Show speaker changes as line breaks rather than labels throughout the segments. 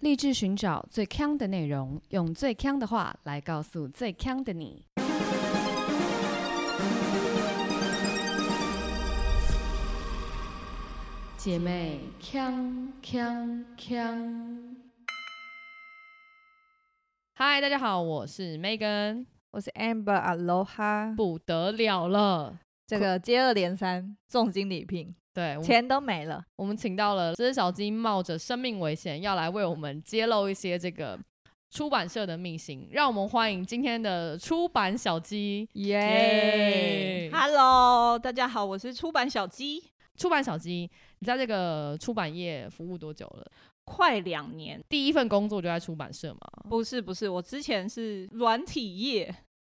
立志寻找最强的内容，用最强的话来告诉最强的你。姐妹，强强强！
嗨，大家好，我是 Megan，
我是 Amber Aloha，
不得了了。
这个接二连三重金礼聘，
对，我们
钱都没了。
我们请到了这只小鸡，冒着生命危险要来为我们揭露一些这个出版社的秘辛，让我们欢迎今天的出版小鸡。
哎
耶
耶！Hello，大家好，我是出版小鸡，
出版小鸡，你在这个出版业服务多久了？
快两年，
第一份工作就在出版社嘛，
不是不是，我之前是软体业，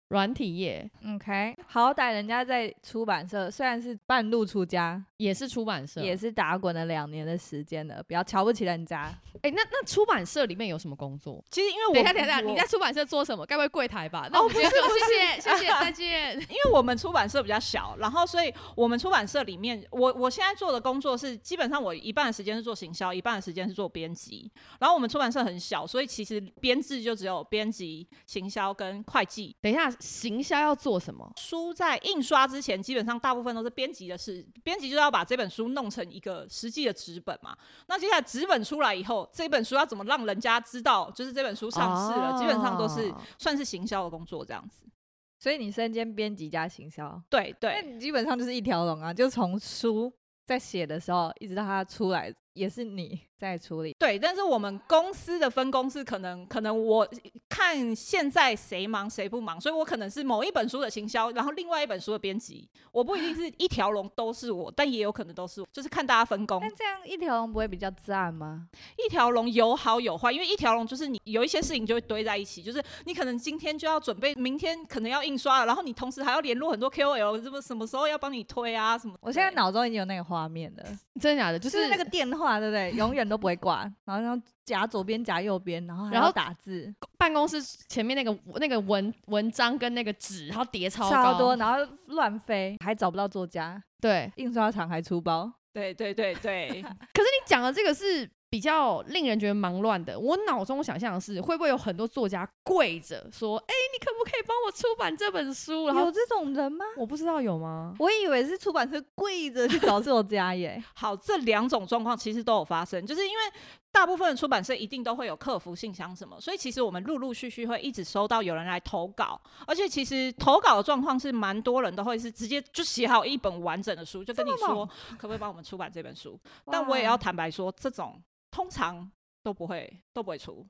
软体业
OK，好歹人家在出版社虽然是半路出家，
也是出版社。
也是打滚了两年的时间了，不要瞧不起人家。
哎、那那出版社里面有什么工作？
其实因为我
等一下，等一下，
我哦
你在出版社做什么？该不会柜台吧？那我们今天就谢谢，谢谢，再见。
因为我们出版社比较小，然后所以我们出版社里面，我我现在做的工作是基本上我一半的时间是做行销，一半的时间是做编辑。然后我们出版社很小，所以其实编制就只有编辑、行销跟会计。
等一下，行销要做什么？
书在印刷之前，基本上大部分都是编辑的事，编辑就是要把这本书弄成一个实际的纸本嘛。那接下来纸本出来以后，这本书要怎么让人家知道，就是这本书上市了，基本上都是
哦
算是行销的工作这样子。
所以你身兼编辑加行销，
对
那
对，
你基本上就是一条龙啊，就从书在写的时候一直到它出来，也是你在处理。
对，但是我们公司的分工是可能，可能我看现在谁忙谁不忙，所以我可能是某一本书的行销，然后另外一本书的编辑，我不一定是一条龙都是我，但也有可能都是我，就是看大家分工
那。这样一条龙不会比较赞吗？
一条龙有好有坏，因为一条龙就是你有一些事情就会堆在一起，就是你可能今天就要准备，明天可能要印刷了，然后你同时还要联络很多 KOL，什么什么时候要帮你推啊什么。
我现在
对
脑中已经有那个画面了。
真的假的？就
就是是那个电话，对不对？永远都不会挂，然后然后夹左边夹右边，然后还
然后
要打字，
办公室前面那个那个文文章跟那个纸，然后叠超高
超多，然后乱飞，还找不到作家，
对，
印刷厂还出包。
对对对对，
可是你讲的这个是比较令人觉得忙乱的。我脑中想象的是，会不会有很多作家跪着说：“哎、你可不可以帮我出版这本书？”然后
有这种人吗？
我不知道有吗？
我以为是出版社跪着去找作家 耶。
好，这两种状况其实都有发生，就是因为大部分的出版社一定都会有客服信箱什么，所以其实我们陆陆续续会一直收到有人来投稿，而且其实投稿的状况是蛮多人都会是直接就写好一本完整的书，就跟你
这么
说
猛
可不可以帮我们出版这本书，
哇
但我也要，坦白说，这种通常都不会都不会出。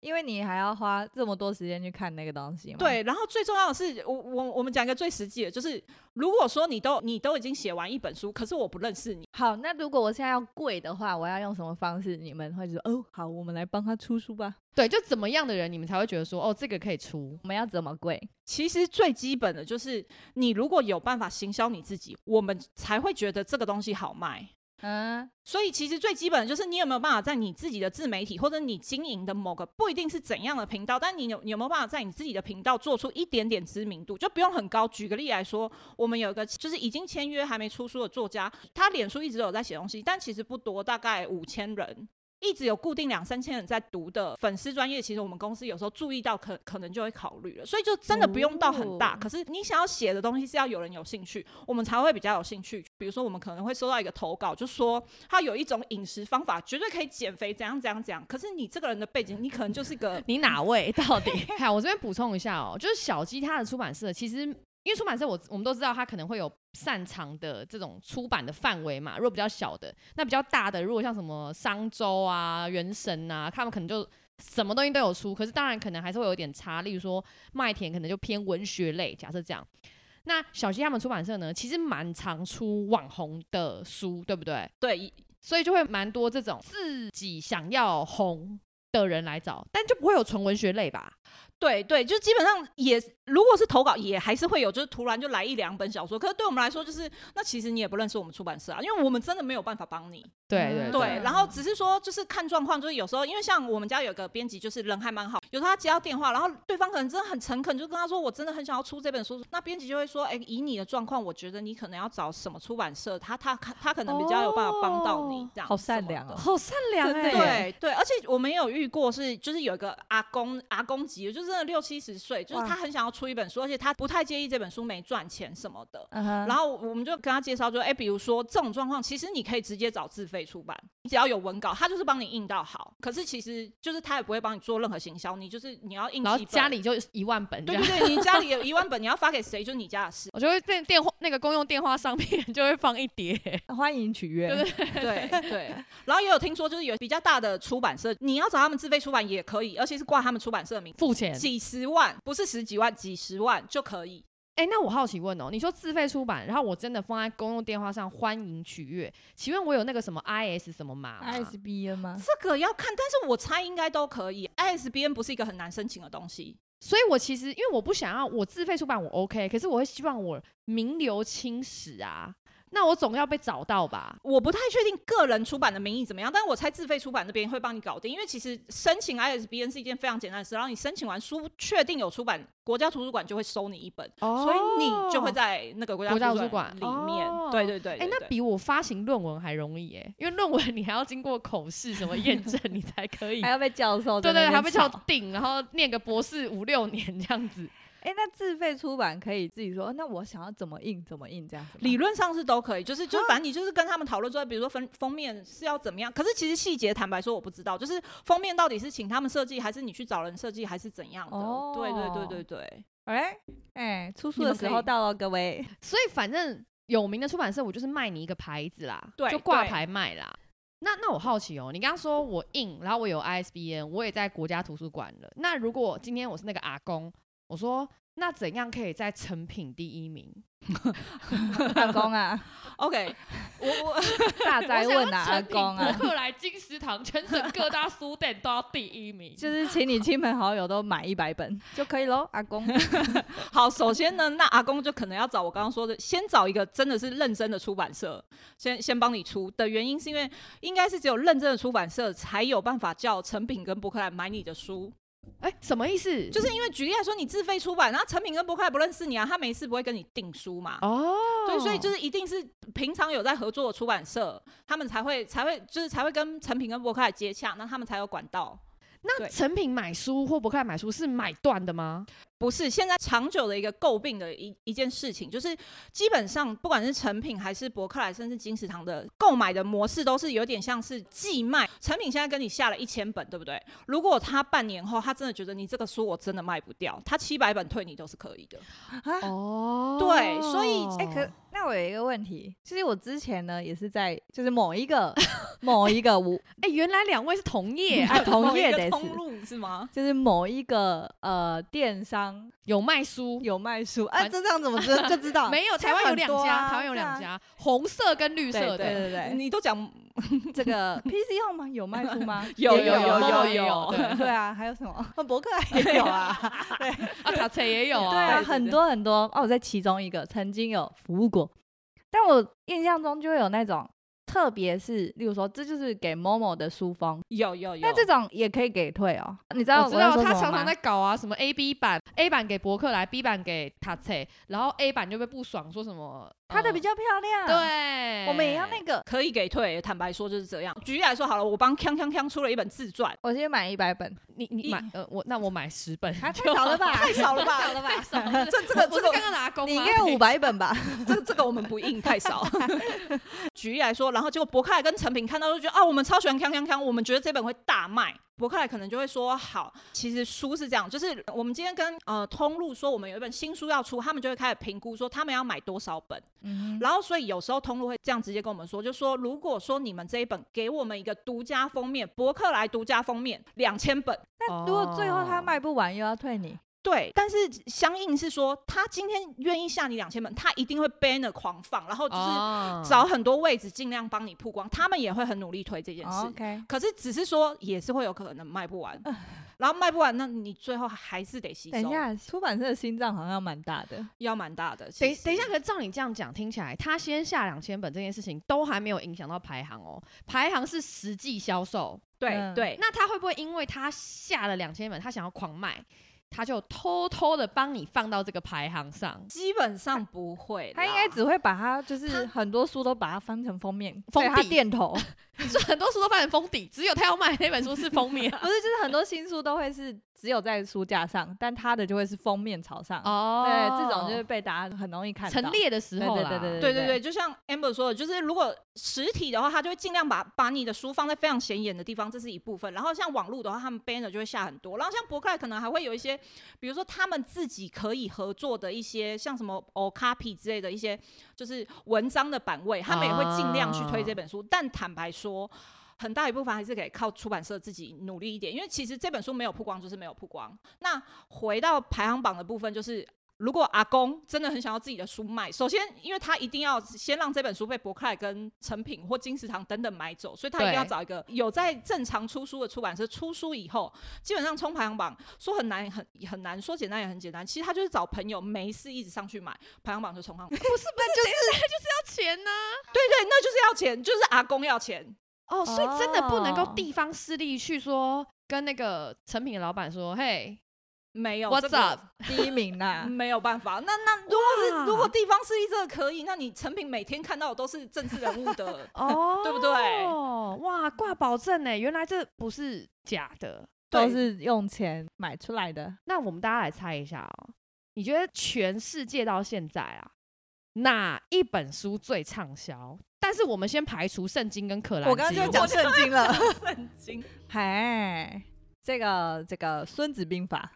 因为你还要花这么多时间去看那个东西嘛。，
对，然后最重要的是，我我我们讲一个最实际的，就是如果说你都你都已经写完一本书，可是我不认识你，
好，那如果我现在要跪的话，我要用什么方式？你们会说哦，好，我们来帮他出书吧。
对，就怎么样的人你们才会觉得说：“哦，这个可以出
我们要怎么跪？
其实最基本的就是你如果有办法行销你自己，我们才会觉得这个东西好卖。
嗯，
所以其实最基本的就是你有没有办法在你自己的自媒体或者你经营的某个不一定是怎样的频道，但你有你有没有办法在你自己的频道做出一点点知名度，就不用很高。举个例来说，我们有一个就是已经签约还没出书的作家，他脸书一直都有在写东西，但其实不多，大概五千人。一直有固定两三千人在读的粉丝专业，其实我们公司有时候注意到可可能就会考虑了，所以就真的不用到很大。
哦
可是你想要写的东西是要有人有兴趣，我们才会比较有兴趣。比如说，我们可能会收到一个投稿，就说他有一种饮食方法，绝对可以减肥，怎样怎样怎样。可是你这个人的背景，你可能就 是个
你哪位到底？” 好，我这边补充一下哦，就是小鸡它的出版社其实。因为出版社我，我们都知道，它可能会有擅长的这种出版的范围嘛。如果比较小的，那比较大的，如果像什么商周啊、原神啊，他们可能就什么东西都有出。可是当然，可能还是会有一点差。例如说，麦田可能就偏文学类，假设这样。那小鸡他们出版社呢，其实蛮常出网红的书，对不对？
对
所以就会蛮多这种自己想要红的人来找，但就不会有纯文学类吧？
对对，就基本上也，如果是投稿，也还是会有，就是突然就来一两本小说。可是对我们来说，就是那其实你也不认识我们出版社啊，因为我们真的没有办法帮你。
嗯对对
啊
对，然后只是说就是看状况，就是有时候因为像我们家有个编辑，就是人还蛮好，有时候他接到电话，然后对方可能真的很诚恳，就跟他说我真的很想要出这本书，那编辑就会说，哎，以你的状况，我觉得你可能要找什么出版社，他他他可能比较有办法帮到你
哦，
这样
好
什
善
么
良
的
哦
好善良
真的
哎、
耶
对对，而且我们也有遇过是，就是有一个阿公阿公级的，就是真的六七十岁，就是
哇
他很想要出一本书，而且他不太介意这本书没赚钱什么的。
嗯哼
然后我们就跟他介绍，就哎，比如说这种状况，其实你可以直接找自费出版，你只要有文稿，他就是帮你印到好。可是其实就是他也不会帮你做任何行销，你就是你要印
然后
几本
家里就一万本这
对
样，
对对，你家里有一万本，你要发给谁就是你家的事。
我就会变电话那个公用电话上面就会放一叠，
欢迎取悦，
对
对对，然后也有听说就是有比较大的出版社，你要找他们自费出版也可以，而且是挂他们出版社的名字。
付 钱。
几十万，不是十几万，几十万就可以。
哎、那我好奇问哦，你说自费出版，然后我真的放在公用电话上欢迎取悦，请问我有那个什么 IS 什么码吗
ISBN 吗？
这个要看，但是我猜应该都可以。ISBN 不是一个很难申请的东西，
所以我其实因为我不想要我自费出版我 OK，可是我会希望我名留青史啊，那我总要被找到吧？
我不太确定个人出版的名义怎么样，但我猜自费出版那边会帮你搞定，因为其实申请 ISBN 是一件非常简单的事。然后你申请完书，确定有出版，国家图书馆就会收你一本，
哦
所以你就会在那个国
国家
家
图
图
书
书
馆
馆里面。
哦
对对对
哎、那比我发行论文还容易哎、因为论文你还要经过口试什么验证，你才可 以。
还要被教授
对
在
对，
那
还
边
被叫
吵
定，然后念个博士五六年这样子。
哎、那自费出版可以自己说，那我想要怎么印怎么印这样子吗。
理论上是都可以，就是就反正你就是跟他们讨论说，比如说封封面是要怎么样，可是其实细节坦白说我不知道，就是封面到底是请他们设计，还是你去找人设计，还是怎样的？
哦
对对对对对，
哎哎，出书
你
的
们
时
可
候
以
到了，各位。
所以反正有名的出版社，我就是卖你一个牌子啦，
对
就挂
对
牌卖啦。那那我好奇哦，你刚刚说我印，然后我有 ISBN，我也在国家图书馆了。那如果今天我是那个阿公，我说那怎样可以在成品第一名？
阿公啊，
OK，我我
大灾问啊，阿公啊，
克莱金石堂全省各大书店都要第一 名。
就是请你亲朋好友都买一百本就可以喽，阿公。
好，首先呢，那阿公就可能要找我刚刚说的，先找一个真的是认真的出版社，先先帮你出的原因是因为应该是只有认真的出版社才有办法叫成品跟博客来买你的书，
哎、什么意思？
就是因为举例来说，你自费出版，然后成品跟博客来不认识你啊，他没事不会跟你订书嘛。
哦，
对，所以就是是一定是平常有在合作的出版社，他们才会才会就是才会跟成品跟博客来接洽，那他们才有管道。
那
对
成品买书或博客来买书是买断的吗？
不是现在长久的一个诟病的一一件事情，就是基本上不管是成品还是博客来，甚至金石堂的购买的模式，都是有点像是寄卖。成品现在跟你下了一千本，对不对？如果他半年后他真的觉得你这个书我真的卖不掉，他七百本退你都是可以的。
哦，
对所以
哎、可那我有一个问题，就是我之前呢也是在就是某一个某一个无
哎、原来两位是同业啊，
啊同业
某
的是
一个通。路是吗？
就是某一个呃电商
有卖书。
有卖书，啊，
反
这样怎么知就知 道？
没有，台
现在
湾有
很
两
多
家，
啊
台湾有两，
对啊
家，红色跟绿色
对对
的，
对对，
你都讲
这个 PC 用吗？有卖书 吗？
有
也
有有
有
有有对
对啊，还有什么？ 博客来也有啊，
啊，塔菜也有
对
啊，
啊，
对对
很
对
多很多哦。我在其中一个曾经有服务过，但我印象中就会有那种，特别是例如说，这就是给某某的书封，
有有有，
那这种也可以给退哦。你知道
我知
要
道
说
他
什么
常常
吗
在搞啊，什么 A B 版，A 版给博客来，B 版给塔菜，然后 A 版就被不爽，说什么
他的比、较漂
呃，
亮，
对，
我们也要那个。
可以给退。坦白说就是这样。举例来说好了，我帮锵锵锵出了一本自传，
我先买一百 本，
你你
一
买呃我那我买十本，
还太少 了吧？
太少了吧？
少了吧？少了
这这个
不
这
是
个
刚刚拿工吗，
你应该有五百本吧？
这这个我们不印太少。 举例来说，然后结果博客来跟成品看到就觉得啊，我们超喜欢康康康，我们觉得这本会大卖。博客来可能就会说好，其实书是这样，就是我们今天跟呃通路说我们有一本新书要出，他们就会开始评估说他们要买多少本，
嗯
然后所以有时候通路会这样直接跟我们说，就说如果说你们这一本给我们一个独家封面，博客来独家封面两千本，
那如果最后他
哦
卖不完，又要退你，
对，但是相应是说他今天愿意下你两千本，他一定会 banner 狂放，然后就是
哦
找很多位置，尽量帮你曝光，他们也会很努力推这件事。
哦 OK，呃
可是只是说也是会有可能卖不完，然后卖不完，那你最后还是得吸收，
等一下，出版社的心脏好像蛮大的，
要蛮大的。
等等一下，，可是照你这样讲，听起来他先下两千本这件事情都还没有影响到排行哦，排行是实际销售。
对、
嗯
对，
那他会不会因为他下了两千本，他想要狂卖，他就偷偷的帮你放到这个排行 上？
基本上不会啦，
他应该只会把它就是
他
很多书都把它翻成封面，
封
在他
底
店 头，
所以很多书都放成封底，只有他要卖的那本书是封 面
不是就是很多新书都会是只有在书架上，但他的就会是封面朝上。
哦
对，这种就是被大家很容易看到。
陈列的时候啦，
对对对
对对对，就像 Amber 说的，就是如果实体的话，他就会尽量把把你的书放在非常显眼的地方，这是一部分。然后像网络的话，他们 banner 就会下很多。然后像博客来可能还会有一些，比如说他们自己可以合作的一些，像什么 o copy 之类的一些，就是文章的版位，他们也会尽量去推这本书。但坦白说。很大一部分还是得靠出版社自己努力一点，因为其实这本书没有曝光就是没有曝光。那回到排行榜的部分，就是如果阿公真的很想要自己的书卖，首先因为他一定要先让这本书被博客来跟成品或金石堂等等买走，所以他一定要
对
找一个有在正常出书的出版社出书以后，基本上冲排行榜说很难很很难，说简单也很简单。其实他就是找朋友没事一直上去买，排行榜就冲上。对
要钱呢、
对，那就是要钱，就是阿公要钱。
哦，所以真的不能够
哦
地方势力去说跟那个成品的老板说，嘿
没有这
，What's
个啊
up？
第一名啦，
没有办法。那那
哦
如果
哇，
是如果地方势力这个可以，那你成品每天看到的都是政治人物的
哦，
对不对？
哇，挂保证呢，原来这不是假的。
都
对
是用钱买出来的。
那我们大家来猜一下哦，你觉得全世界到现在啊，哪一本书最畅销？但是我们先排除圣经跟可兰经，
我刚刚就讲圣经 了，
震惊。
嗨，这个这个《孙子兵法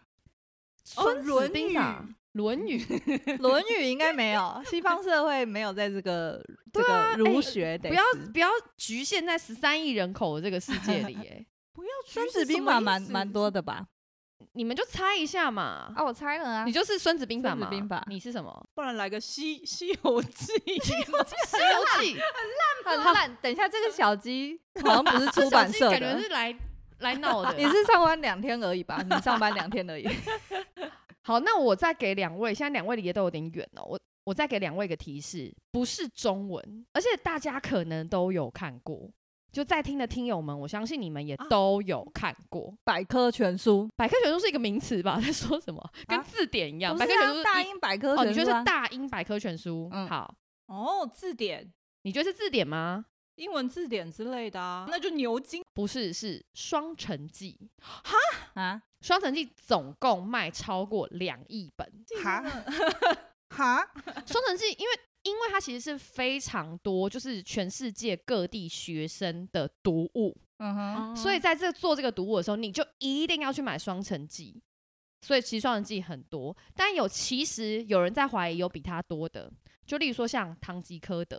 《孙
哦
子兵法》《论语》，》
《论语》应该没有，西方社会没有在这个这个儒学得
不要
死
不要局限在十三亿人口的这个世界里， 哎，
不要
《孙子兵法》蛮蛮多
的。
的吧？
你们就猜一下嘛。
啊，我猜了 啊
你就是《孙子兵法》
孙子
嘛？
兵法
你是什么？
不然来个西《 西游记》
《西游记》
很烂。等一下，这个小鸡 好像不是出
这
版社
感觉
的，
是来来闹的。
你是上班两天而已吧？你上班两天而已。
好，那我再给两位，现在两位离得都有点远哦。我我再给两位一个提示，不是中文，而且大家可能都有看过。就在听的听友们，我相信你们也
啊
都有看过。
百科全书，
百科全书是一个名词吧？在 说什么？跟
啊
字典一样。
不
百
是
科全
啊
书是
大
一
英百科
哦，
全
你觉
书
得
啊
是大英百科全书？
嗯
好，
哦，字典、
你觉得是字典吗？
英文字典之类的啊，那就牛津。
不是，是《双城记》。
啊？
《双城记》总共卖超过两亿本。
哈 哈，
双城记，因为因为它其实是非常多，就是全世界各地学生的读物，
嗯哼，
所以在这做这个读物的时候，你就一定要去买双城记。所以其实双城记很多，但有其实有人在怀疑有比它多的，就例如说像堂吉诃德，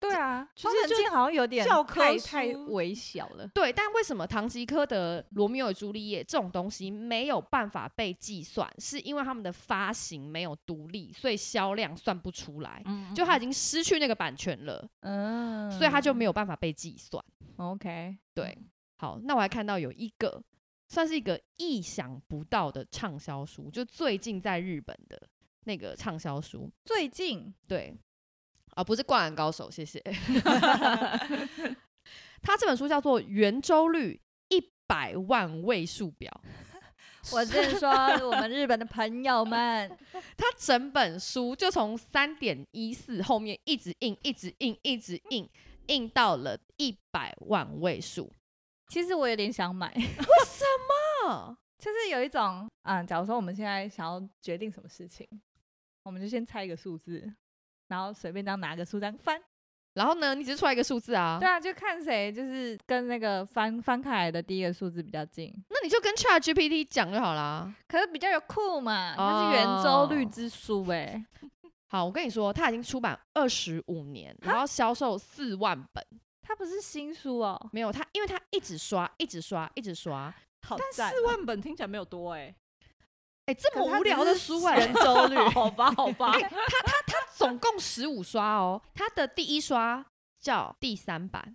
对啊，双
是
城记好像有点
教科
太
书
太微小了。
对，但为什么堂吉诃德、罗密欧与朱丽叶这种东西没有办法被计算，是因为他们的发行没有独立，所以销量算不出来，
嗯
就它已经失去那个版权了，
嗯，
所以它就没有办法被计算。
OK。
对，好，那我还看到有一个算是一个意想不到的畅销书，就最近在日本的那个畅销书，
最近
对，啊，不是《灌篮高手》，谢谢。他这本书叫做《圆周率一百万位数表》，
我是说我们日本的朋友 们，
它整本书就从三点一四后面一直印，一直印，一直印，印到了一百万位数。
其实我有点想买，
啊
就是有一种啊，假如说我们现在想要决定什么事情，我们就先猜一个数字，然后随便这样拿个书单翻，
然后呢，你只是出来一个数字啊
对，啊，就看谁就是跟那个翻翻开来的第一个数字比较近，
那你就跟 Chat GPT 讲就好啦。
可是比较有酷嘛，它是圆周率之书哎、
好，我跟你说，它已经出版二十五年，然后销售四万本。
它不是新书哦，
没有它，因为它一直刷，一直刷，一直刷。
好赞
但四万本听起来没有多哎、
哎、这么
可是它
无聊的书哎、
圆周率
好吧，好吧，
它总共十五刷哦。它的第一刷叫第三版，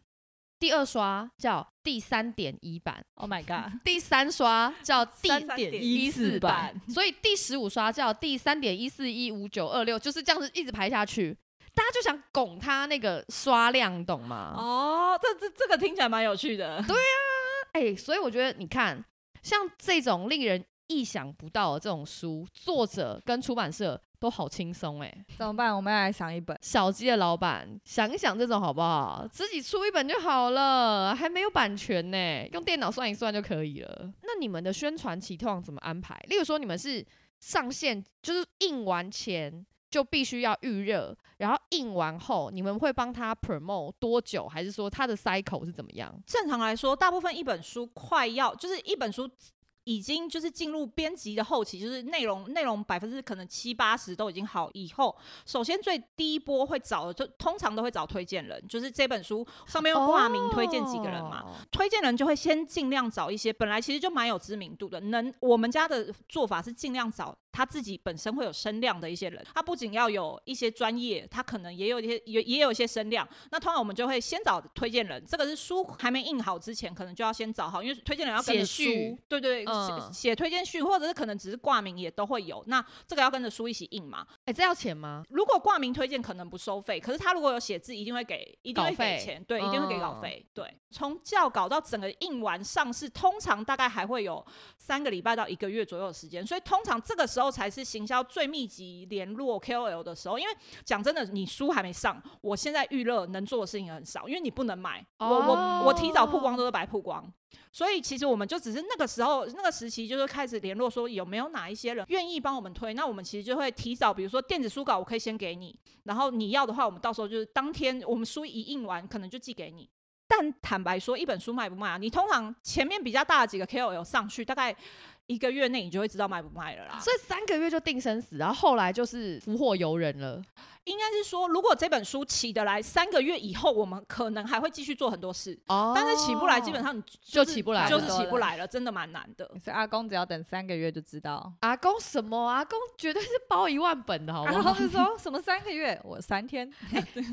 第二刷叫第三点一版，
Oh my god！
第三刷叫第
三点
一四版，
所以第十五刷叫第三点一四一五九二六，就是这样子一直排下去。大家就想拱他那个刷量，懂吗？
哦，这这这个听起来蛮有趣的。对，
哎、所以我觉得你看，像这种令人意想不到的这种书，作者跟出版社都好轻松哎。
怎么办？我们要来想一本。
小鸡的老板，想一想这种好不好？自己出一本就好了，还没有版权呢，用电脑算一算就可以了。那你们的宣传期通常怎么安排？例如说，你们是上线，就是印完前就必须要预热，然后印完后，你们会帮他 promote 多久？还是说他的 cycle 是怎么样？
正常来说，大部分一本书快要就是一本书。已经就是进入编辑的后期，就是内容内容百分之可能七八十都已经好以后，首先最第一波会找的就通常都会找推荐人，就是这本书上面用挂名推荐几个人嘛，
哦
推荐人就会先尽量找一些本来其实就蛮有知名度的，能我们家的做法是尽量找他自己本身会有声量的一些人，他不仅要有一些专业，他可能也有一些也也有一些声量。那通常我们就会先找推荐人，这个是书还没印好之前，可能就要先找好，因为推荐人要跟着
写
书
序，
对对
嗯
写写推荐序，或者是可能只是挂名也都会有。那这个要跟着书一起印嘛。
哎、这要钱吗？
如果挂名推荐可能不收费，可是他如果有写字，一定会给，一定会
稿费
给钱，对，一定会给稿
嗯
费。对，从校稿到整个印完上市，通常大概还会有三个礼拜到一个月左右的时间，所以通常这个时候才是行销最密集联络 KOL 的时候。因为讲真的，你书还没上，我现在预热能做的事情很少，因为你不能买，我我我提早曝光都是白曝光。所以其实我们就只是那个时候那个时期，就是开始联络说有没有哪一些人愿意帮我们推，那我们其实就会提早，比如说电子书稿我可以先给你，然后你要的话，我们到时候就是当天我们书一印完，可能就寄给你。但坦白说，一本书卖不卖啊？你通常前面比较大的几个 KOL 上去，大概一个月内你就会知道卖不卖了啦。
所以三个月就定生死，然后后来就是福祸由人了。
应该是说，如果这本书起得来，三个月以后我们可能还会继续做很多事，
哦
但是起不来，基本上你
就是起不来
就
了
是起不来了，真的蛮难的。
所以阿公只要等三个月就知道。
阿公什么？阿公绝对是包一万本的，好不
然
好
后？就 说什么三个月，我三天。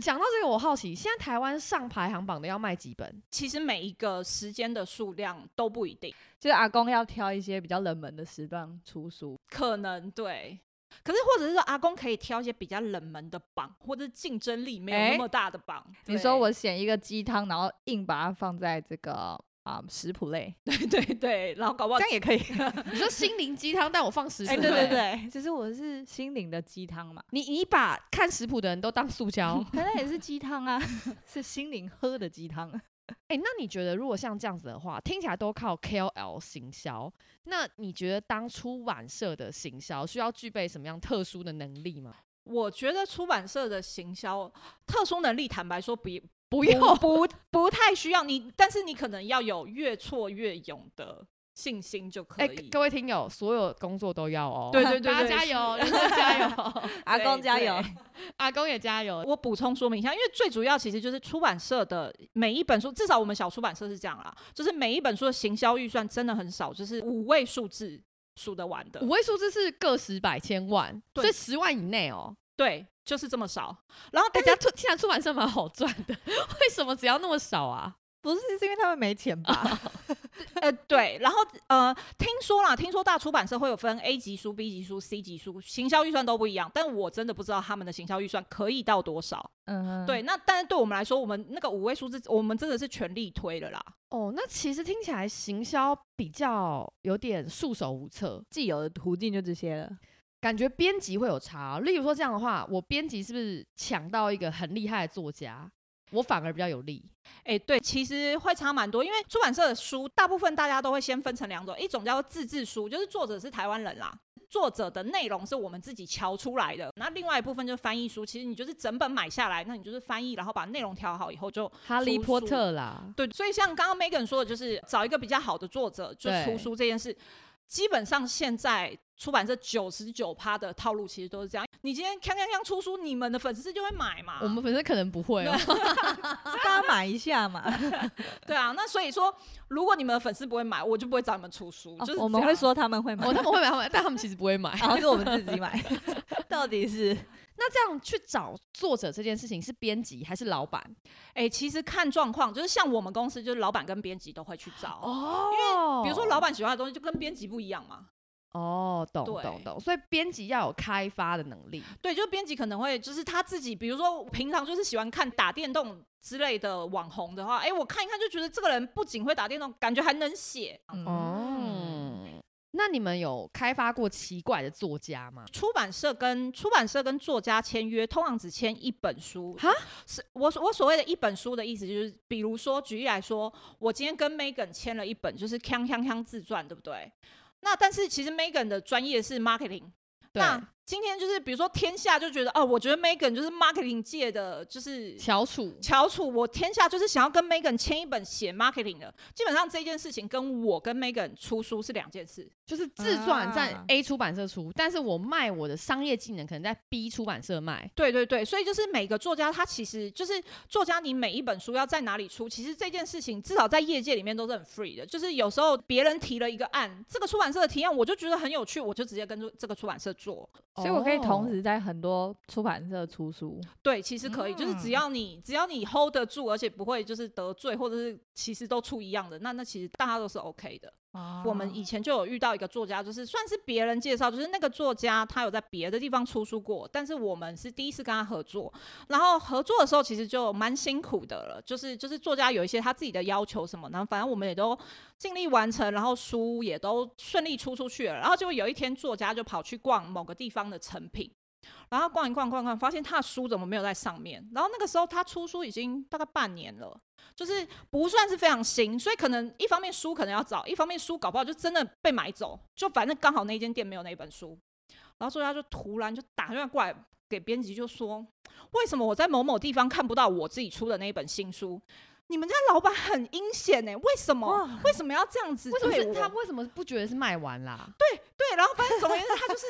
讲到这个，我好奇，现在台湾上排行榜的要卖几本？
其实每一个时间的数量都不一定，
就是阿公要挑一些比较冷门的时段出书，
可能对。可是，或者是说阿公可以挑一些比较冷门的榜，或者是竞争力没有
哎
那么大的榜。
你
对
说我选一个鸡汤，然后硬把它放在这个啊、食谱类，
对 对对，然后搞不好
这样也可以。
你说心灵鸡汤，但我放食谱、
哎，对对，对，
其实我是心灵的鸡汤嘛，
你你把看食谱的人都当塑 胶。
可能也是鸡汤啊， 是心灵喝的鸡汤。
哎、那你觉得如果像这样子的话，听起来都靠 KOL 行销，那你觉得当出版社的行销需要具备什么样特殊的能力吗？
我觉得出版社的行销特殊能力，坦白说不
不
不
用，
不不太需要你，但是你可能要有越挫越勇的信心就可
哎、
以。
各位听友，所有工作都要哦。
对对对
大家
对
加
是
油，人生加 油，
阿公
对
加油！
阿公也加油。
我补充说明一下，因为最主要其实就是出版社的每一本书，至少我们小出版社是这样啦，就是每一本书的行销预算真的很少，就是五位数字数得完的
五，位数字是个十百千万，
对
所以十万以内哦。
对，就是这么少。然后
大
大
家
家
出现在出版社蛮好赚的， 为什么只要那么少啊？
不是是因为他们没钱 吧？
呃对，然后呃听说啦，听说大出版社会有分 A 级书、B 级书、C 级书，行销预算都不一样，但我真的不知道他们的行销预算可以到多少。
嗯，
对，那但是对我们来说，我们那个五位数字，我们真的是全力推了啦。
哦，那其实听起来行销比较有点束手无策，
既有的途径就这些了。
感觉编辑会有差哦、例如说这样的话，我编辑是不是抢到一个很厉害的作家，我反而比较有利？
哎、对，其实会差蛮多，因为出版社的书大部分大家都会先分成两种，一种叫自制书，就是作者是台湾人啦。作者的内容是我们自己瞧出来的，那另外一部分就是翻译书。其实你就是整本买下来，那你就是翻译，然后把内容调好以后就
哈利
出
波
书
特啦，
对。所以像刚刚 Megan 说的，就是找一个比较好的作者就
对
出书这件事，基本上现在出版社九十九趴的套路其实都是这样。你今天锵锵锵出书，你们的粉丝就会买嘛？
我们本身可能不会 哦。
啊大家买一下 嘛，
对啊，那所以说，如果你们的粉丝不会买，我就不会找你们出书。就是
哦我们
这样
会，说他们会买
哦，，他们会买，他们但他们其实不会买。
然后是我们自己买，到底是
那这样去找作者这件事情是编辑还是老板？
哎、其实看状况，就是像我们公司，就是老板跟编辑都会去找。
哦，因为
比如说老板喜欢的东西就跟编辑不一样嘛，
哦，懂
对
懂懂，所以编辑要有开发的能力。
对，就编辑可能会就是他自己，比如说平常就是喜欢看打电动之类的网红的话，哎、我看一看就觉得这个人不仅会打电动，感觉还能写。
嗯，
嗯，那你们有开发过奇怪的作家吗？
出版社跟出版社跟作家签约，通常只签一本书。
哈，
是我所我所谓的一本书的意思，就是比如说举例来说，我今天跟 Megan 签了一本就是《锵锵锵自传》，对不对？那但是其实 Megan 的专业是 marketing。
对，
那今天就是比如说天下就觉得哦，我觉得 Megan 就是 marketing 界的就是
乔楚
翘楚，我天下就是想要跟 Megan 签一本写 marketing 的。基本上这件事情跟我跟 Megan 出书是两件事。
就是自传在
啊
A 出版社出，但是我卖我的商业技能可能在 B 出版社卖。
对对对，所以就是每个作家他其实就是作家，你每一本书要在哪里出，其实这件事情至少在业界里面都是很 free 的。就是有时候别人提了一个案，这个出版社的提案我就觉得很有趣，我就直接跟这个出版社做。
所以我可以同
哦
时在很多出版社出书，
对，其实可以，就是只要你只要你 hold 得住，而且不会就是得罪，或者是其实都出一样的，那那其实大家都是 OK 的。
哦
我们以前就有遇到一个作家，就是算是别人介绍，就是那个作家他有在别的地方出书过，但是我们是第一次跟他合作。然后合作的时候其实就蛮辛苦的了，就是就是作家有一些他自己的要求什么，然后反正我们也都尽力完成，然后书也都顺利出出去了。然后结果有一天作家就跑去逛某个地方的成品。然后逛一逛逛一逛，发现他的书怎么没有在上面？然后那个时候他出书已经大概半年了，就是不算是非常新，所以可能一方面书可能要找，一方面书搞不好就真的被买走，就反正刚好那间店没有那本书。然后作家就突然就打电话过来给编辑，就说：“为什么我在某某地方看不到我自己出的那一本新书？你们家老板很阴险呢、为什么？为什么要这样子
为什么
对
是
我？
他为什么不觉得是卖完啦？
对，然后反正总而言之，他就是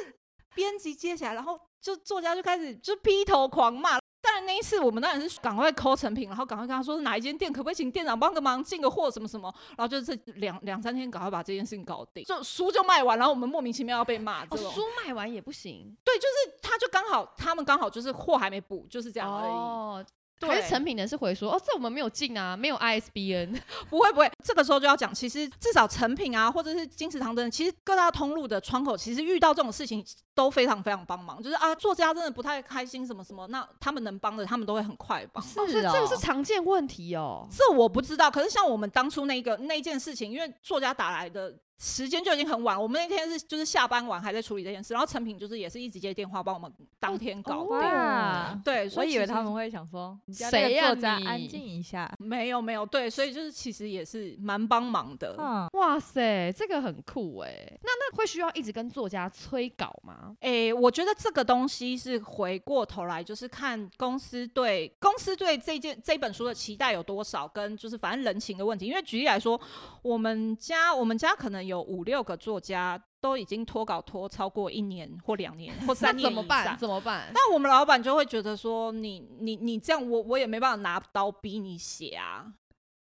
编辑接起来，然后就作家就开始就劈头狂骂。当然那一次我们当然是赶快抠成品，然后赶快跟他说哪一间店可不可以请店长帮个忙进个货什么什么，然后就这两两三天赶快把这件事情搞定，就书就卖完，然后我们莫名其妙要被骂这
哦，
种。
书卖完也不行，
对，就是他就刚好他们刚好就是货还没补，就是这样而已。
哦。
对
还是成品人是回说哦，这我们没有进啊，没有 ISBN，
不会不会，这个时候就要讲，其实至少成品啊，或者是金石堂等，其实各大通路的窗口，其实遇到这种事情都非常非常帮忙，就是啊，作家真的不太开心什么什么，那他们能帮的，他们都会很快帮。
是
所以这个
哦
是常见问题哦。
这啊我不知道，可是像我们当初那个那件事情，因为作家打来的时间就已经很晚，我们那天是就是下班晚还在处理这件事，然后成品就是也是一直接电话帮我们当天搞
哦
定。
啊
哇，
对，所
我
以
以为
其实
他们会想说，你家
谁
这
呀
个作家
你
安静一下，
没有没有对，所以就是其实也是蛮帮忙的。
嗯，
哇塞，这个很酷哎。那那会需要一直跟作家催稿吗？
诶、我觉得这个东西是回过头来，就是看公司对公司对这件这本书的期待有多少，跟就是反正人情的问题。因为举例来说，我们家我们家可能有五六个作家都已经脱稿拖超过一年或两年或三
那
年
怎么
以
办？
上
怎么办？
但我们老板就会觉得说，你你你这样我，我也没办法拿刀逼你写啊。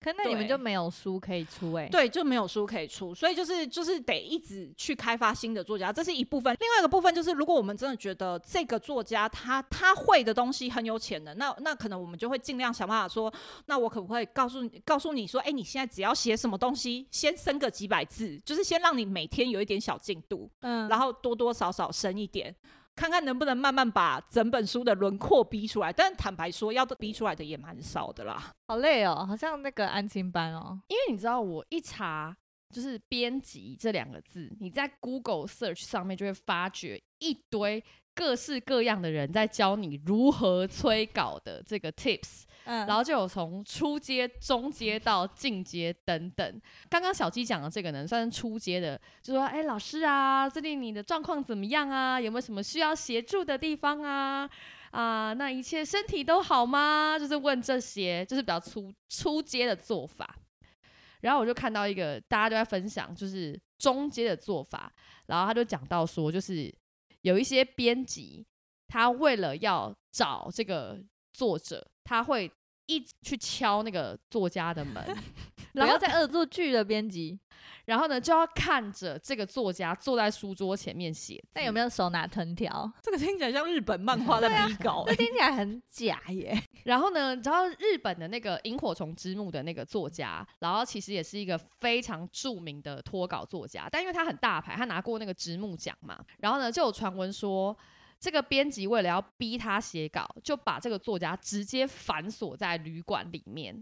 可那你们
对
就没有书可以出哎，
对，就没有书可以出，所以就是就是得一直去开发新的作家，这是一部分。另外一个部分就是，如果我们真的觉得这个作家他他会的东西很有潜能，那那可能我们就会尽量想办法说，那我可不可以告诉你告诉你说，哎、你现在只要写什么东西，先生个几百字，就是先让你每天有一点小进度，
嗯
然后多多少少深一点。看看能不能慢慢把整本书的轮廓逼出来，但坦白说，要逼出来的也蛮少的啦。
好累哦，好像那个安亲班哦，
因为你知道，我一查就是“编辑”这两个字，你在 Google search 上面就会发觉一堆各式各样的人在教你如何催稿的这个 tips，、
嗯
然后就有从初阶、中阶到进阶等等。刚刚小鸡讲的这个呢，算是初阶的，就说：“哎、老师啊，最近你的状况怎么样啊？有没有什么需要协助的地方啊？”啊、那一切身体都好吗？就是问这些，就是比较粗粗阶的做法。然后我就看到一个大家都在分享，就是中阶的做法，然后他就讲到说，就是有一些编辑，他为了要找 这个作者，他会一直去敲那个作家的门，然
然后
后
再恶作剧的编辑，
然后呢就要看着这个作家坐在书桌前面写字，
那有没有手拿藤条？
这个听起来像日本漫画的逼稿、
这
欸，
听起来很假耶。
然后呢，然后日本的那个《萤火虫之墓》的那个作家，然后其实也是一个非常著名的脱稿作家，但因为他很大牌，他拿过那个直木奖嘛。然后呢，就有传闻说，这个编辑为了要逼他写稿，就把这个作家直接反锁在旅馆里面。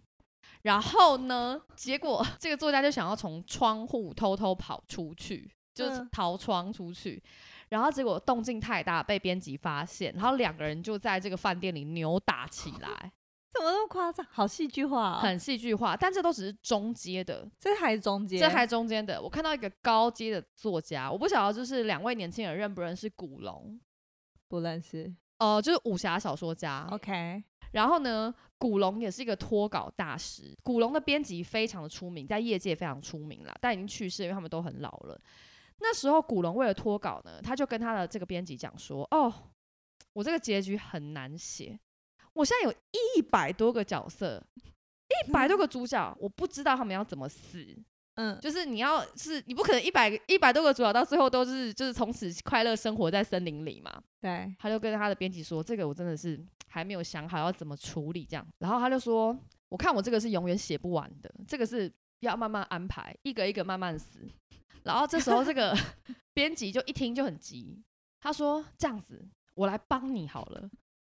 然后呢，结果这个作家就想要从窗户偷偷跑出去，就是
嗯
逃窗出去。然后结果动静太大，被编辑发现，然后两个人就在这个饭店里扭打起来，
怎么那么夸张？好戏剧化、哦！
很戏剧化。但这都只是中阶的，
这还中间，
这还中间的。我看到一个高阶的作家，我不晓得就是两位年轻人认不认识古龙，
不认识。
呃，就是武侠小说家。
哦 OK，
然后呢，古龙也是一个脱稿大师。古龙的编辑非常的出名，在业界非常出名啦，但已经去世，因为他们都很老了。那时候古龙为了脱稿呢，他就跟他的这个编辑讲说：“哦，我这个结局很难写，我现在有一百多个角色，一百多个主角，我不知道他们要怎么死。
嗯，
就是你要是你不可能一百一百多个主角到最后都是就是从此快乐生活在森林里嘛。”
对，
他就跟他的编辑说：“这个我真的是还没有想好要怎么处理这样。”然后他就说：“我看我这个是永远写不完的，这个是要慢慢安排，一个一个慢慢死。”然后这时候这个 编辑就一听就很急，他说：“这样子，我来帮你好了。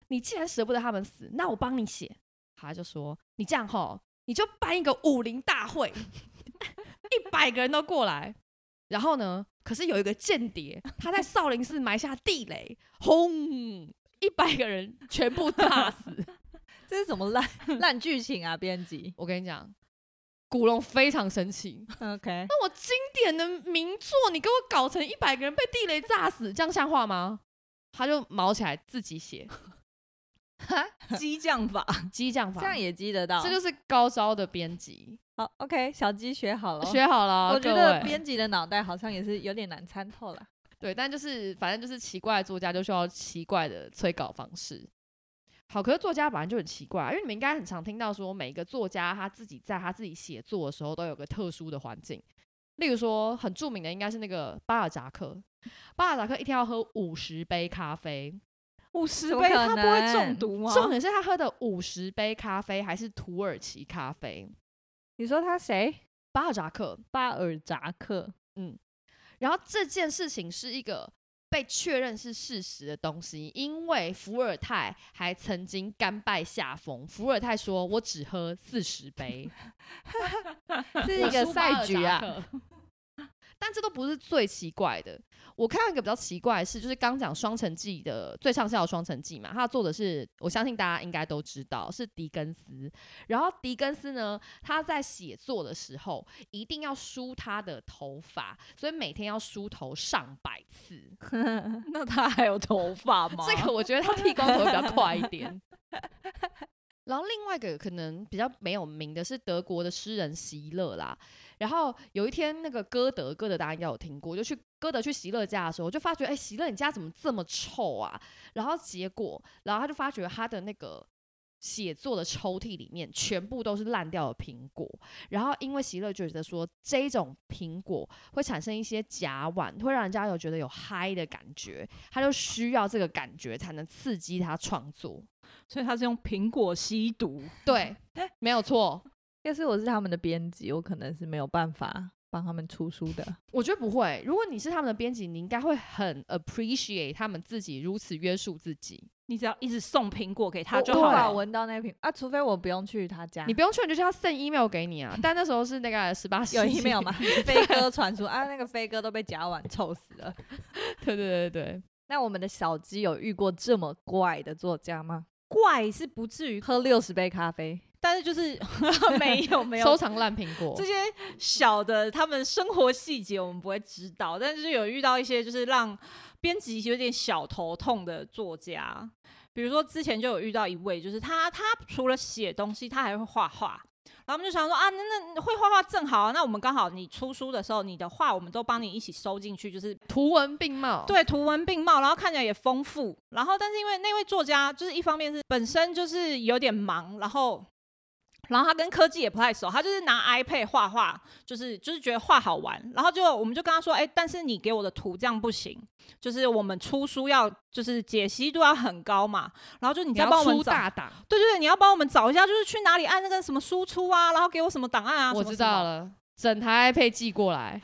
你既然舍不得他们死，那我帮你写。”他就说：“你这样吼，你就办一个武林大会， 一百个人都过来，然后呢，可是有一个间谍，他在少林寺埋下地雷，轰，一百个人全部炸死。
这是什么 烂烂剧情啊？编辑
我跟你讲，古龙非常生气，
，OK，
那我经典的名作，你给我搞成一百个人被地雷炸死，这样像话吗？他就毛起来自己写
激将法，
激将法，
这样也记得到。
这就是高招的编辑，
好，OK，小鸡学好了。
学好了，
哦
啊
我觉
各
得
位
编辑的脑袋好像也是有点难参透了。
对，但就是反正就是奇怪的作家就需要奇怪的催稿方式。好，可是作家本来就很奇怪啊，因为你们应该很常听到说，每一个作家他自己在他自己写作的时候都有个特殊的环境。例如说，很著名的应该是那个巴尔扎克，巴尔扎克一天要喝五十杯咖啡，
五十
怎么
杯，
可
他不会
能
中毒吗？
重点是他喝的五十杯咖啡还是土耳其咖啡，
你说他谁？
巴尔扎克。嗯
巴尔扎克，
然后这件事情是一个被确认是事实的东西，因为伏尔泰还曾经甘拜下风。伏尔泰说：“我只喝四十杯，
是
我
一个
输巴
赛
尔
局
扎
啊。
克。” 但这都不是最奇怪的。我看到一个比较奇怪的事，就是刚讲《双城记》的最畅销的《双城记》嘛，它的作者是我相信大家应该都知道是狄更斯。然后狄更斯呢，他在写作的时候一定要梳他的头发，所以每天要梳头上百次。
那他还有头发吗？
这个我觉得他剃光头会比较快一点。 然后另外一个可能比较没有名的是德国的诗人席勒啦。然后有一天，那个歌德，歌德大家应该有听过，就去歌德去席勒家的时候，就发觉，哎，席勒你家怎么这么臭啊？然后结果，然后他就发觉他的那个写作的抽屉里面全部都是烂掉的苹果。然后因为席勒就觉得说，这种苹果会产生一些甲烷，会让人家有觉得有嗨的感觉，他就需要这个感觉才能刺激他创作。
所以他是用苹果吸毒，
对，
嗯
没有错。
要是我是他们的编辑，我可能是没有办法帮他们出书的。
我觉得不会。如果你是他们的编辑，你应该会很 appreciate 他们自己如此约束自己。
你只要一直送苹果给他
我
就
无
好
法
了。
闻到那瓶啊，除非我不用去他
啊
家。
你不用劝，就叫他 send email 给你 啊。但那时候 是那个十八
有 email 吗？？飞哥传出啊，那个飞哥都被甲烷臭死了。
对对对对
那我们的小鸡有遇过这么怪的作家吗？
怪是不至于，
喝六十杯咖啡，
但是就是 没有没
对，
有
收藏烂苹果
这。些小的他们生活细节我们不会知道，但是有遇到一些就是让编辑有点小头痛的作家，比如说之前就有遇到一位，就是他他除了写东西，他还会画画。然后我们就想说啊，那那会画画正好啊，那我们刚好你出书的时候，你的画我们都帮你一起收进去，就是
图文并茂，，
对，图文并茂，然后看起来也丰富。然后，但是因为那位作家就是一方面是本身就是有点忙，然后然后他跟科技也不太熟，他就是拿 iPad 画画，就是就是觉得画好玩。然后就我们就跟他说，哎、但是你给我的图这样不行，就是我们出书要就是解析度要很高嘛。然后就你
你
再
要
帮我们
出
找，
大
啊
档，
对对对，你要帮我们找一下，就是去哪里按那个什么输出啊，然后给我什么档案啊。
我
什么
知
什么
道了，整台 iPad 寄过来，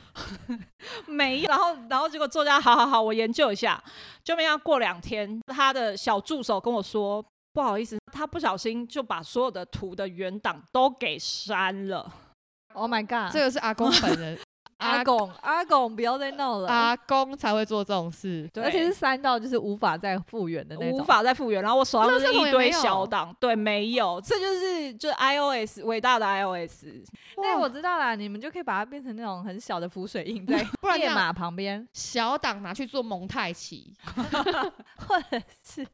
没有，然后然后结果作家好好好，我研究一下，就没想到过两天，他的小助手跟我说，不好意思，他不小心就把所有的图的原档都给删了。
Oh my
啊
god！
这个是阿 公本人，
阿拱阿拱，不要再闹了，
阿公才会做这种事。
对
而且是删到就是无法再复原的那种，
无法再复原，然后我手上
垃
就
圾
是
桶
一
也
堆
没有
哦
小档，对，没有，这就是就是 iOS 伟大的 iOS，
对，我知道啦，你们就可以把它变成那种很小的浮水印在
不然这
页
样
码旁边，
小档拿去做蒙太奇，
或者是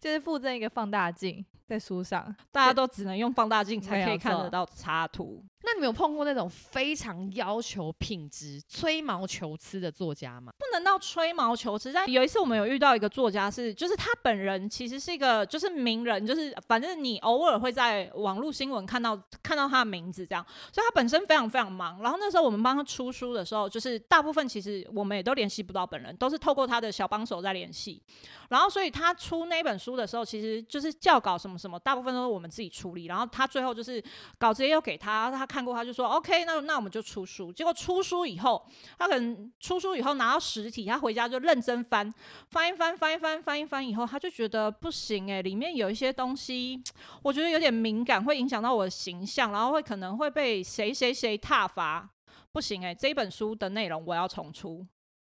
就是附赠一个放大镜在书上。
大家都只能用放大镜才可
没
以
有
看得
错
到插图。
那你们有碰过那种非常要求品质、吹毛求疵的作家吗？
不能到吹毛求疵。但有一次我们有遇到一个作家是，就是他本人其实是一个就是名人，就是反正你偶尔会在网络新闻看到看到他的名字这样，所以他本身非常非常忙。然后那时候我们帮他出书的时候，就是大部分其实我们也都联系不到本人，都是透过他的小帮手在联系。然后所以他出那本书的时候，其实就是校稿什么什么，大部分都是我们自己处理。然后他最后就是稿子也有给他，他看过他就说 OK，那那我们就出书。结果出书以后，他可能出书以后拿到实体，他回家就认真翻，翻一翻，翻一翻，翻一翻以后，他就觉得不行哎、里面有一些东西，我觉得有点敏感，会影响到我的形象，然后会可能会被谁谁谁挞伐。不行哎、这一本书的内容我要重出，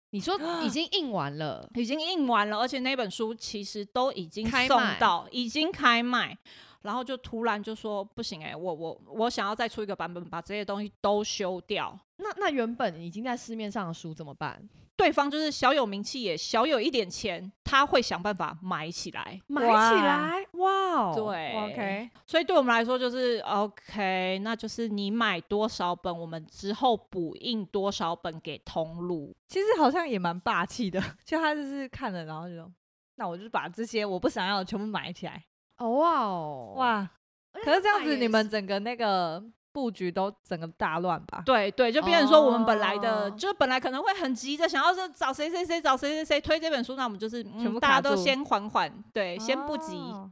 你说已经印完了，
已经印完了，而且那本书其实都已经
开
送
卖
到，已经开卖，然后就突然就说不行哎、我我我想要再出一个版本，把这些东西都修掉。
那那原本已经在市面上的书怎么办？
对方就是小有名气也小有一点钱，他会想办法买起来。
买
哇
起来，哇哦！
对
OK，
所以对我们来说就是 OK，那就是你买多少本，我们之后补印多少本给通路。
其实好像也蛮霸气的，就他就是看了，然后就那我就把这些我不想要的全部买起来。
哦哇哦！
哇，
而且
可是这样
买
子
也
你们整个那个布局都整个大乱吧？
对对，就变成说我们本来的，
哦
就是本来可能会很急着想要说找谁谁谁找谁谁谁推这本书，那我们就是、嗯
全部
大家
卡
都
住
先缓缓，对，先不急。
哦。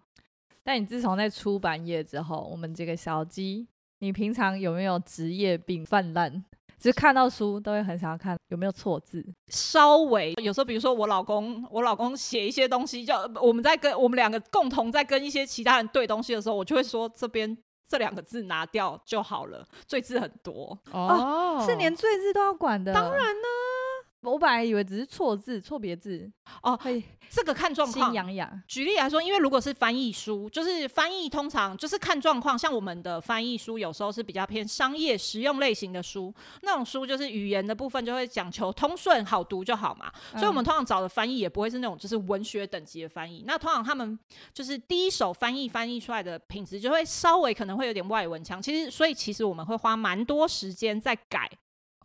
但你自从在出版业之后，我们这个小鸡，你平常有没有职业病泛滥？就是看到书都会很想要看有没有错字，
稍微有时候，比如说我老公，我老公写一些东西，就我们在跟我们两个共同在跟一些其他人对东西的时候，我就会说这边这两个字拿掉就好了，最字很多。
哦，
是连罪字都要管的。
当然
啊
呢，
我本来以为只是错字、错别字
哦
会
这个看状
心
况。
痒痒。
举例来说，因为如果是翻译书，就是翻译通常就是看状况，像我们的翻译书有时候是比较偏商业实用类型的书，那种书就是语言的部分就会讲求通顺好读就好嘛。所以
嗯
我们通常找的翻译也不会是那种就是文学等级的翻译，那通常他们就是第一手翻译翻译出来的品质就会稍微可能会有点外文腔。其实，所以其实我们会花蛮多时间在改。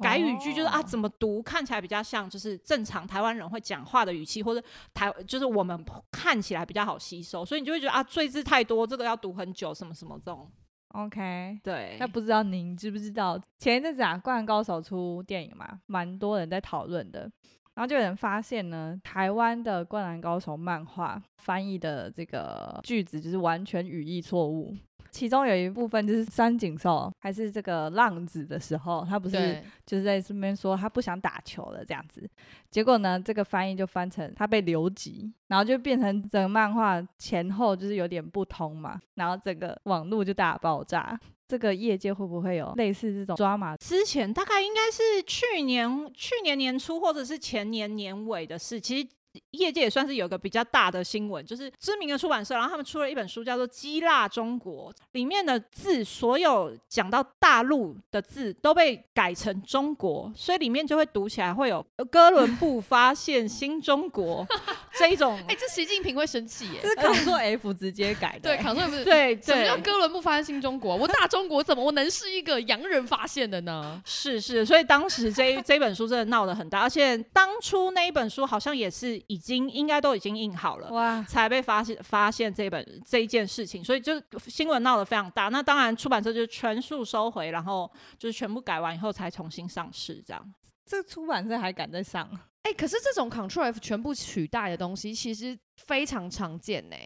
改语句就是啊，
哦
怎么读看起来比较像就是正常台湾人会讲话的语气，或者台就是我们看起来比较好吸收，所以你就会觉得啊，赘字太多，这个要读很久，什么什么这种。
OK。
对
那不知道您知不知道，前一阵子啊，《灌篮高手》出电影嘛，蛮多人在讨论的。然后就有人发现呢，台湾的《灌篮高手》漫画翻译的这个句子就是完全语义错误。其中有一部分就是三井寿还是这个浪子的时候，他不是
对，
就是在这边说他不想打球了这样子。结果呢，这个翻译就翻成他被留级，然后就变成整个漫画前后就是有点不通嘛，然后整个网络就大爆炸。这个业界会不会有类似这种抓马？
之前大概应该是去年去年年初或者是前年年尾的事，其实。业界也算是有个比较大的新闻，就是知名的出版社，然后他们出了一本书，叫做《激辣中国》，里面的字所有讲到大陆的字都被改成中国，所以里面就会读起来会有哥伦布发现新中国， 这一种，
哎，这习近平会生气耶
这！是 Ctrl F 直接改的，欸
对，考特不是
对
什么
对
叫，哥伦布发现新中国？我大中国怎么我能是一个洋人发现的呢？
是是，所以当时这这本书真的闹得很大，而且当初那一本书好像也是已经应该都已经印好了，
哇，
才被发现发现这本这一件事情，所以就是新闻闹得非常大。那当然，出版社就是全数收回，然后就是全部改完以后才重新上市，这样
这出版社还敢再上？
哎、可是这种 Control F 全部取代的东西，其实非常常见呢、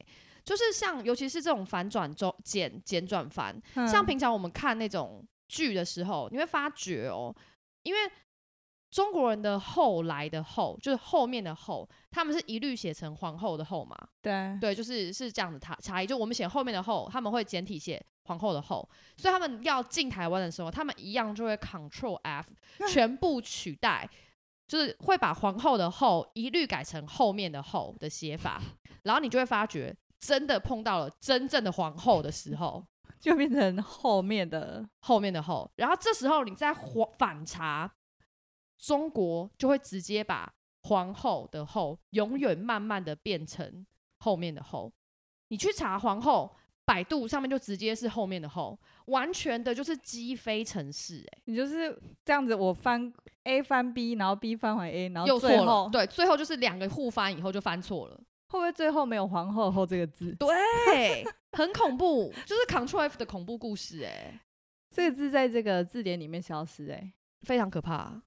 就是像，尤其是这种反转周简简转翻，
嗯
像平常我们看那种剧的时候，你会发觉哦，因为中国人的后来的后，就是后面的后，他们是一律写成皇后的后嘛，
对
对，就是是这样的差差异。就我们写后面的后，他们会简体写皇后的后，所以他们要进台湾的时候，他们一样就会 Control F 全部取代，就是会把皇后的后一律改成后面的后的写法，然后你就会发觉，真的碰到了真正的皇后的时候，
就变成后面的
后面的后，然后这时候你再反反查，中国就会直接把皇后的后永远慢慢的变成后面的后。你去查皇后，百度上面就直接是后面的后，完全的就是鸡飞城市、欸，
你就是这样子，我翻 A 翻 B，然后 B 翻回 A，然后
又错
哦最后
了。对，最后就是两个互翻以后就翻错了，
会不会最后没有皇后后这个字？
对， 很恐怖，就是 Control F 的恐怖故事、欸，
这个字在这个字典里面消失、哎，
非常可怕。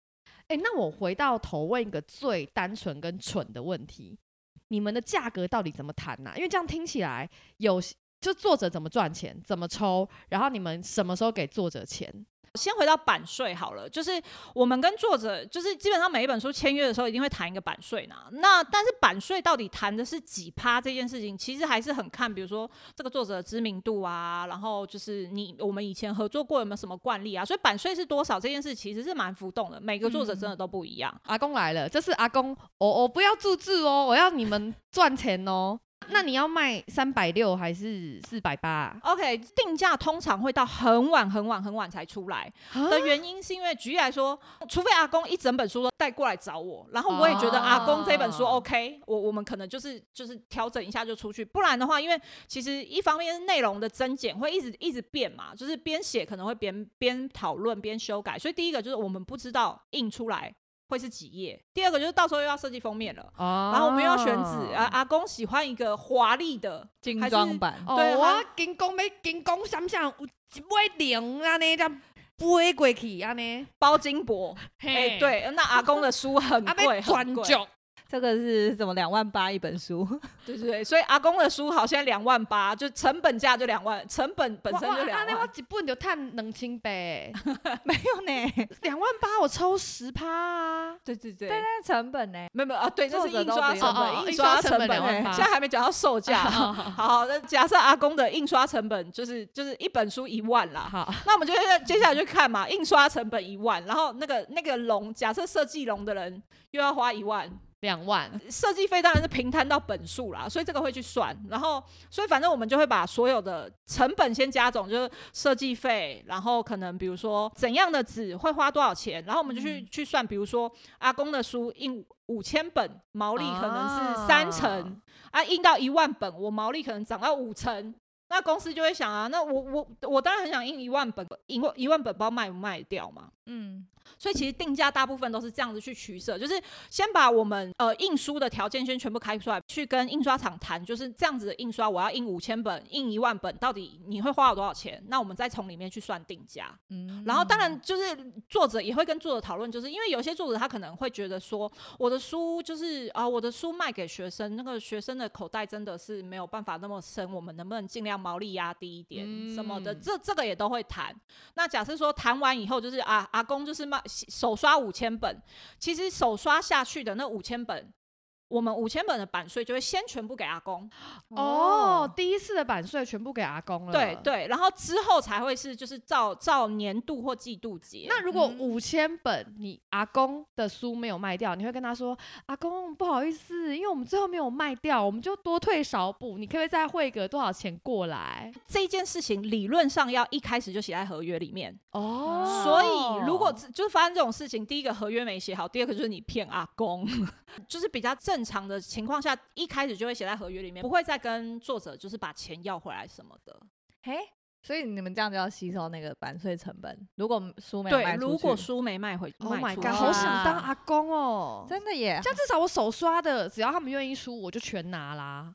哎、那我回到头问一个最单纯跟蠢的问题：你们的价格到底怎么谈呐、因为这样听起来有就作者怎么赚钱，怎么抽，然后你们什么时候给作者钱？
先回到版税好了，就是我们跟作者，就是基本上每一本书签约的时候一定会谈一个版税呢。那但是版税到底谈的是几趴这件事情，其实还是很看，比如说这个作者的知名度啊，然后就是你我们以前合作过有没有什么惯例啊，所以版税是多少这件事其实是蛮浮动的，每个作者真的都不一样。
阿公来了，这是阿公，我、我不要注注哦，我要你们赚钱哦。那你要卖三百六还是四百八？啊
OK，定价通常会到很晚很晚很晚才出来
啊
的原因，是因为举例来说，除非阿公一整本书都带过来找我，然后我也觉得阿公这本书
啊
哦
OK，、我我们可能就是就是调整一下就出去，不然的话，因为其实一方面是内容的增减会一直一直变嘛，就是边写可能会边边讨论边修改，所以第一个就是我们不知道印出来会是几页，第二个就是到时候又要设计封面了。
哦
然后我们又要选纸啊，！阿公喜欢一个华丽的
精
还是
装版
哦，
啊对
我
还
金工要金工闪闪，有一尾零啊安尼，才飞过去啊安尼。
包金箔，哎、，对，那阿公的书 很
啊
贵，
被
很
转
贵，
角，
这个是什么两万八一本书？
对对对，所以阿公的书好像两万八，就成本价就两万，成本本身就两
安尼啊我
万，
一本就赚两千 八，
没有呢，
两万八我抽十趴啊！
对对对，
但是成本呢？
没有没有啊，对，这
作
是
者
印
都
刷
不
用
成
哦哦
本，印
印刷
刷
成
成
本
本，
2万八
现在还没讲到 售价啊。好，那假设阿公的印刷成本就是就是一本书一万啦，
好，
那我们就接下来就看嘛，印刷成本一万，然后那个那个龙，假设设计龙的人又要花一万，
两万，
设计费当然是平摊到本数啦，所以这个会去算。然后，所以反正我们就会把所有的成本先加总，就是设计费，然后可能比如说怎样的纸会花多少钱，然后我们就去、去算，比如说阿公的书印五千本，毛利可能是三成，啊，印到一万本，我毛利可能涨到五成。那公司就会想啊，那我我我当然很想印一万本，一万一万本，不知道卖不卖得掉嘛。
嗯，
所以其实定价大部分都是这样子去取舍，就是先把我们呃印书的条件先全部开出来，去跟印刷厂谈，就是这样子的印刷，我要印五千本，印一万本，到底你会花我多少钱？那我们再从里面去算定价。
嗯
然后当然就是作者也会跟作者讨论，就是因为有些作者他可能会觉得说，我的书就是啊、我的书卖给学生，那个学生的口袋真的是没有办法那么深，我们能不能尽量毛利压低一点什么的，
嗯
这这个也都会谈。那假设说谈完以后，就是啊，阿公就是卖手刷五千本，其实手刷下去的那五千本。我们五千本的版税就会先全部给阿公，
哦，，第一次的版税全部给阿公了。
对。对，然后之后才会是就是照照年度或季度结。
那如果
嗯
五千本你阿公的书没有卖掉，你会跟他说：“阿公，不好意思，因为我们最后没有卖掉，我们就多退少补，你可不可以再汇个多少钱过来
这件事情理论上要一开始就写在合约里面，？”
哦
所以 如果只就是发生这种事情，第一个合约没写好，第二个就是你骗阿公，就是比较正正常的情况下，一开始就会写在合约里面，不会再跟作者就是把钱要回来什么的。
嘿，所以你们这样就要吸收那个版税成本。如果书没有
对，
卖出去，
如果书没卖回
Oh my
卖出
god！
啊
去
好想当阿公哦！
真的耶，
像至少我手刷的，只要他们愿意出，我就全拿啦。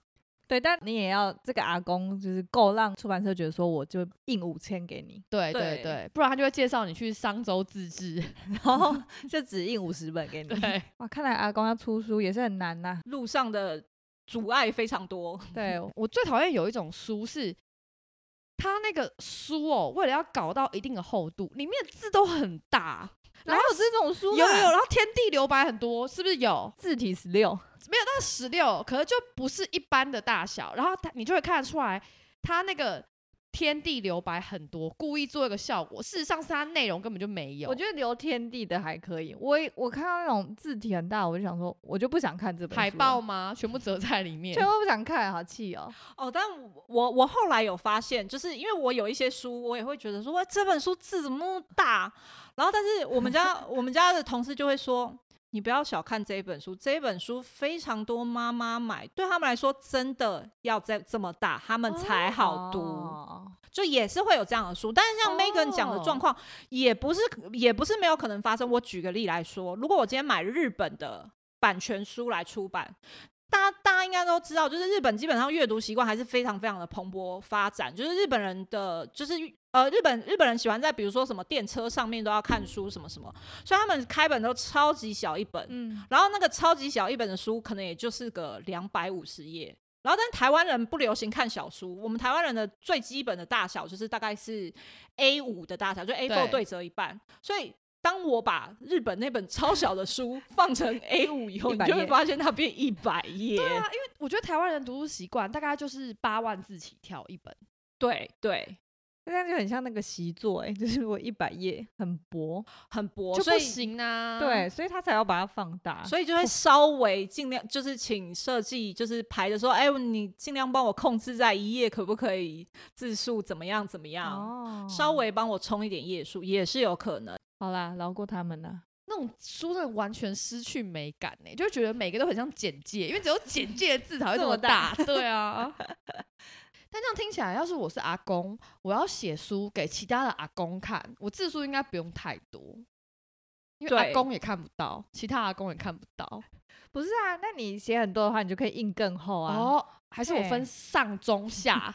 对，但你也要这个阿公就是够让出版社觉得说，我就印五千给你，
对
对
对对，不然他就会介绍你去商周自 治。
然 后就只印五十本给你。
对，
哇，看来阿公要出书也是很难呐、
路上的阻碍非常多。
对，
我最讨厌有一种书是，它那个书哦，为了要搞到一定的厚度，里面的字都很大，
哪有这种书、
有
啊？
有，然后天地留白很多，是不是有？
字体十六，
没有到十六，可是就不是一般的大小，然后它你就会看得出来，它那个天地留白很多，故意做一个效果，事实上是它内容根本就没有。
我觉得留天地的还可以。我我看到那种字体很大，我就想说，我就不想看这本书了
海报，吗？全部折在里面
全。部不想看，好气哦。
哦，但我我我后来有发现，就是因为我有一些书，我也会觉得说，哇，这本书字怎么那么大？然后，但是我们家我们家的同事就会说，你不要小看这一本书，这一本书非常多妈妈买，对他们来说真的要这这么大，他们才好读。
哦
就也是会有这样的书，但是像 Megan 讲的状况，也不是也不是没有可能发生。我举个例来说，如果我今天买日本的版权书来出版。大家大家应该都知道，就是日本基本上阅读习惯还是非常非常的蓬勃发展。就是日本人的，就是呃，日本日本人喜欢在比如说什么电车上面都要看书什么什么，所以他们开本都超级小一本，
嗯，
然后那个超级小一本的书，可能也就是个两百五十页。然后，但台湾人不流行看小书，我们台湾人的最基本的大小就是大概是 A 五的大小，就 A 4
对
对折一半。所以，当我把日本那本超小的书放 成 A 五以后，你
100
就会
页
发现它变一百页。
对啊，因为我觉得台湾人读书习惯大概就是八万字起跳一本。
对对，
那这样就很像那个习作、哎， 就是我一百页很薄，
很薄，
就
所
不
以
行哦啊。
对，，所以他才要把它放大。
所以就会稍微尽量就是请设计就是排的说，哎，你尽量帮我控制在一页，可不可以字数怎么样怎么样？
哦
啊稍微帮我充一点页数也是有可能。
好啦，饶过他们啦。
那种书真的完全失去美感欸呢、就会觉得每个都很像简介，因为只有简介的字才会
这
这
么
么大。 对啊。但这样听起来，要是我是阿公，我要写书给其他的阿公看，我字数应该不用太多，因为
对
阿公也看不到，其他阿公也看不到。
不是啊，那你写很多的话，你就可以印更厚啊，
哦，还是我
对
分上中 下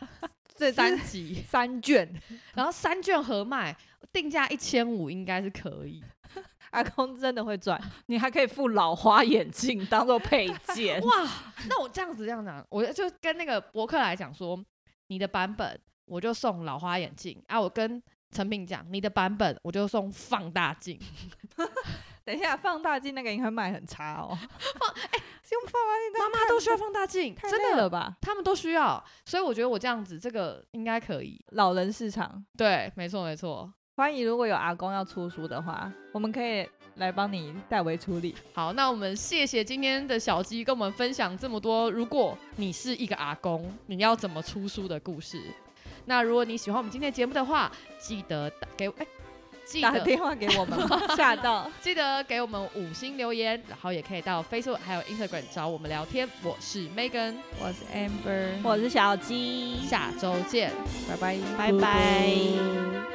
这
三
三
级，
三卷。
然后三卷合卖，定价一千五应该是可以。
阿公真的会赚，
你还可以附老花眼镜当做配件。
哇，那我这样子这样讲，我就跟那个博客来讲说，你的版本我就送老花眼镜啊，我跟陈品讲，你的版本我就送放大镜，
等一下，放大镜那个应该卖很差哦。用放大镜这
妈
样
妈都需要放大镜，
太
真
累
的
了，吧？
他们都需要，所以我觉得我这样子这个应该可以。
老人市场，
对，没错没错。
欢迎如果有阿公要出书的话，我们可以来帮你代为处理。
好，那我们谢谢今天的小鸡跟我们分享这么多。如果你是一个阿公，你要怎么出书的故事？那如果你喜欢我们今天的节目的话，记得打给我哎、记
打
得
电话给我们，吓到。
记得给我们五星留言，然后也可以到 Facebook 还有 Instagram 找我们聊天。我是 Megan，
我是 Amber，
我是小鸡，
下周见。
拜拜，
拜拜。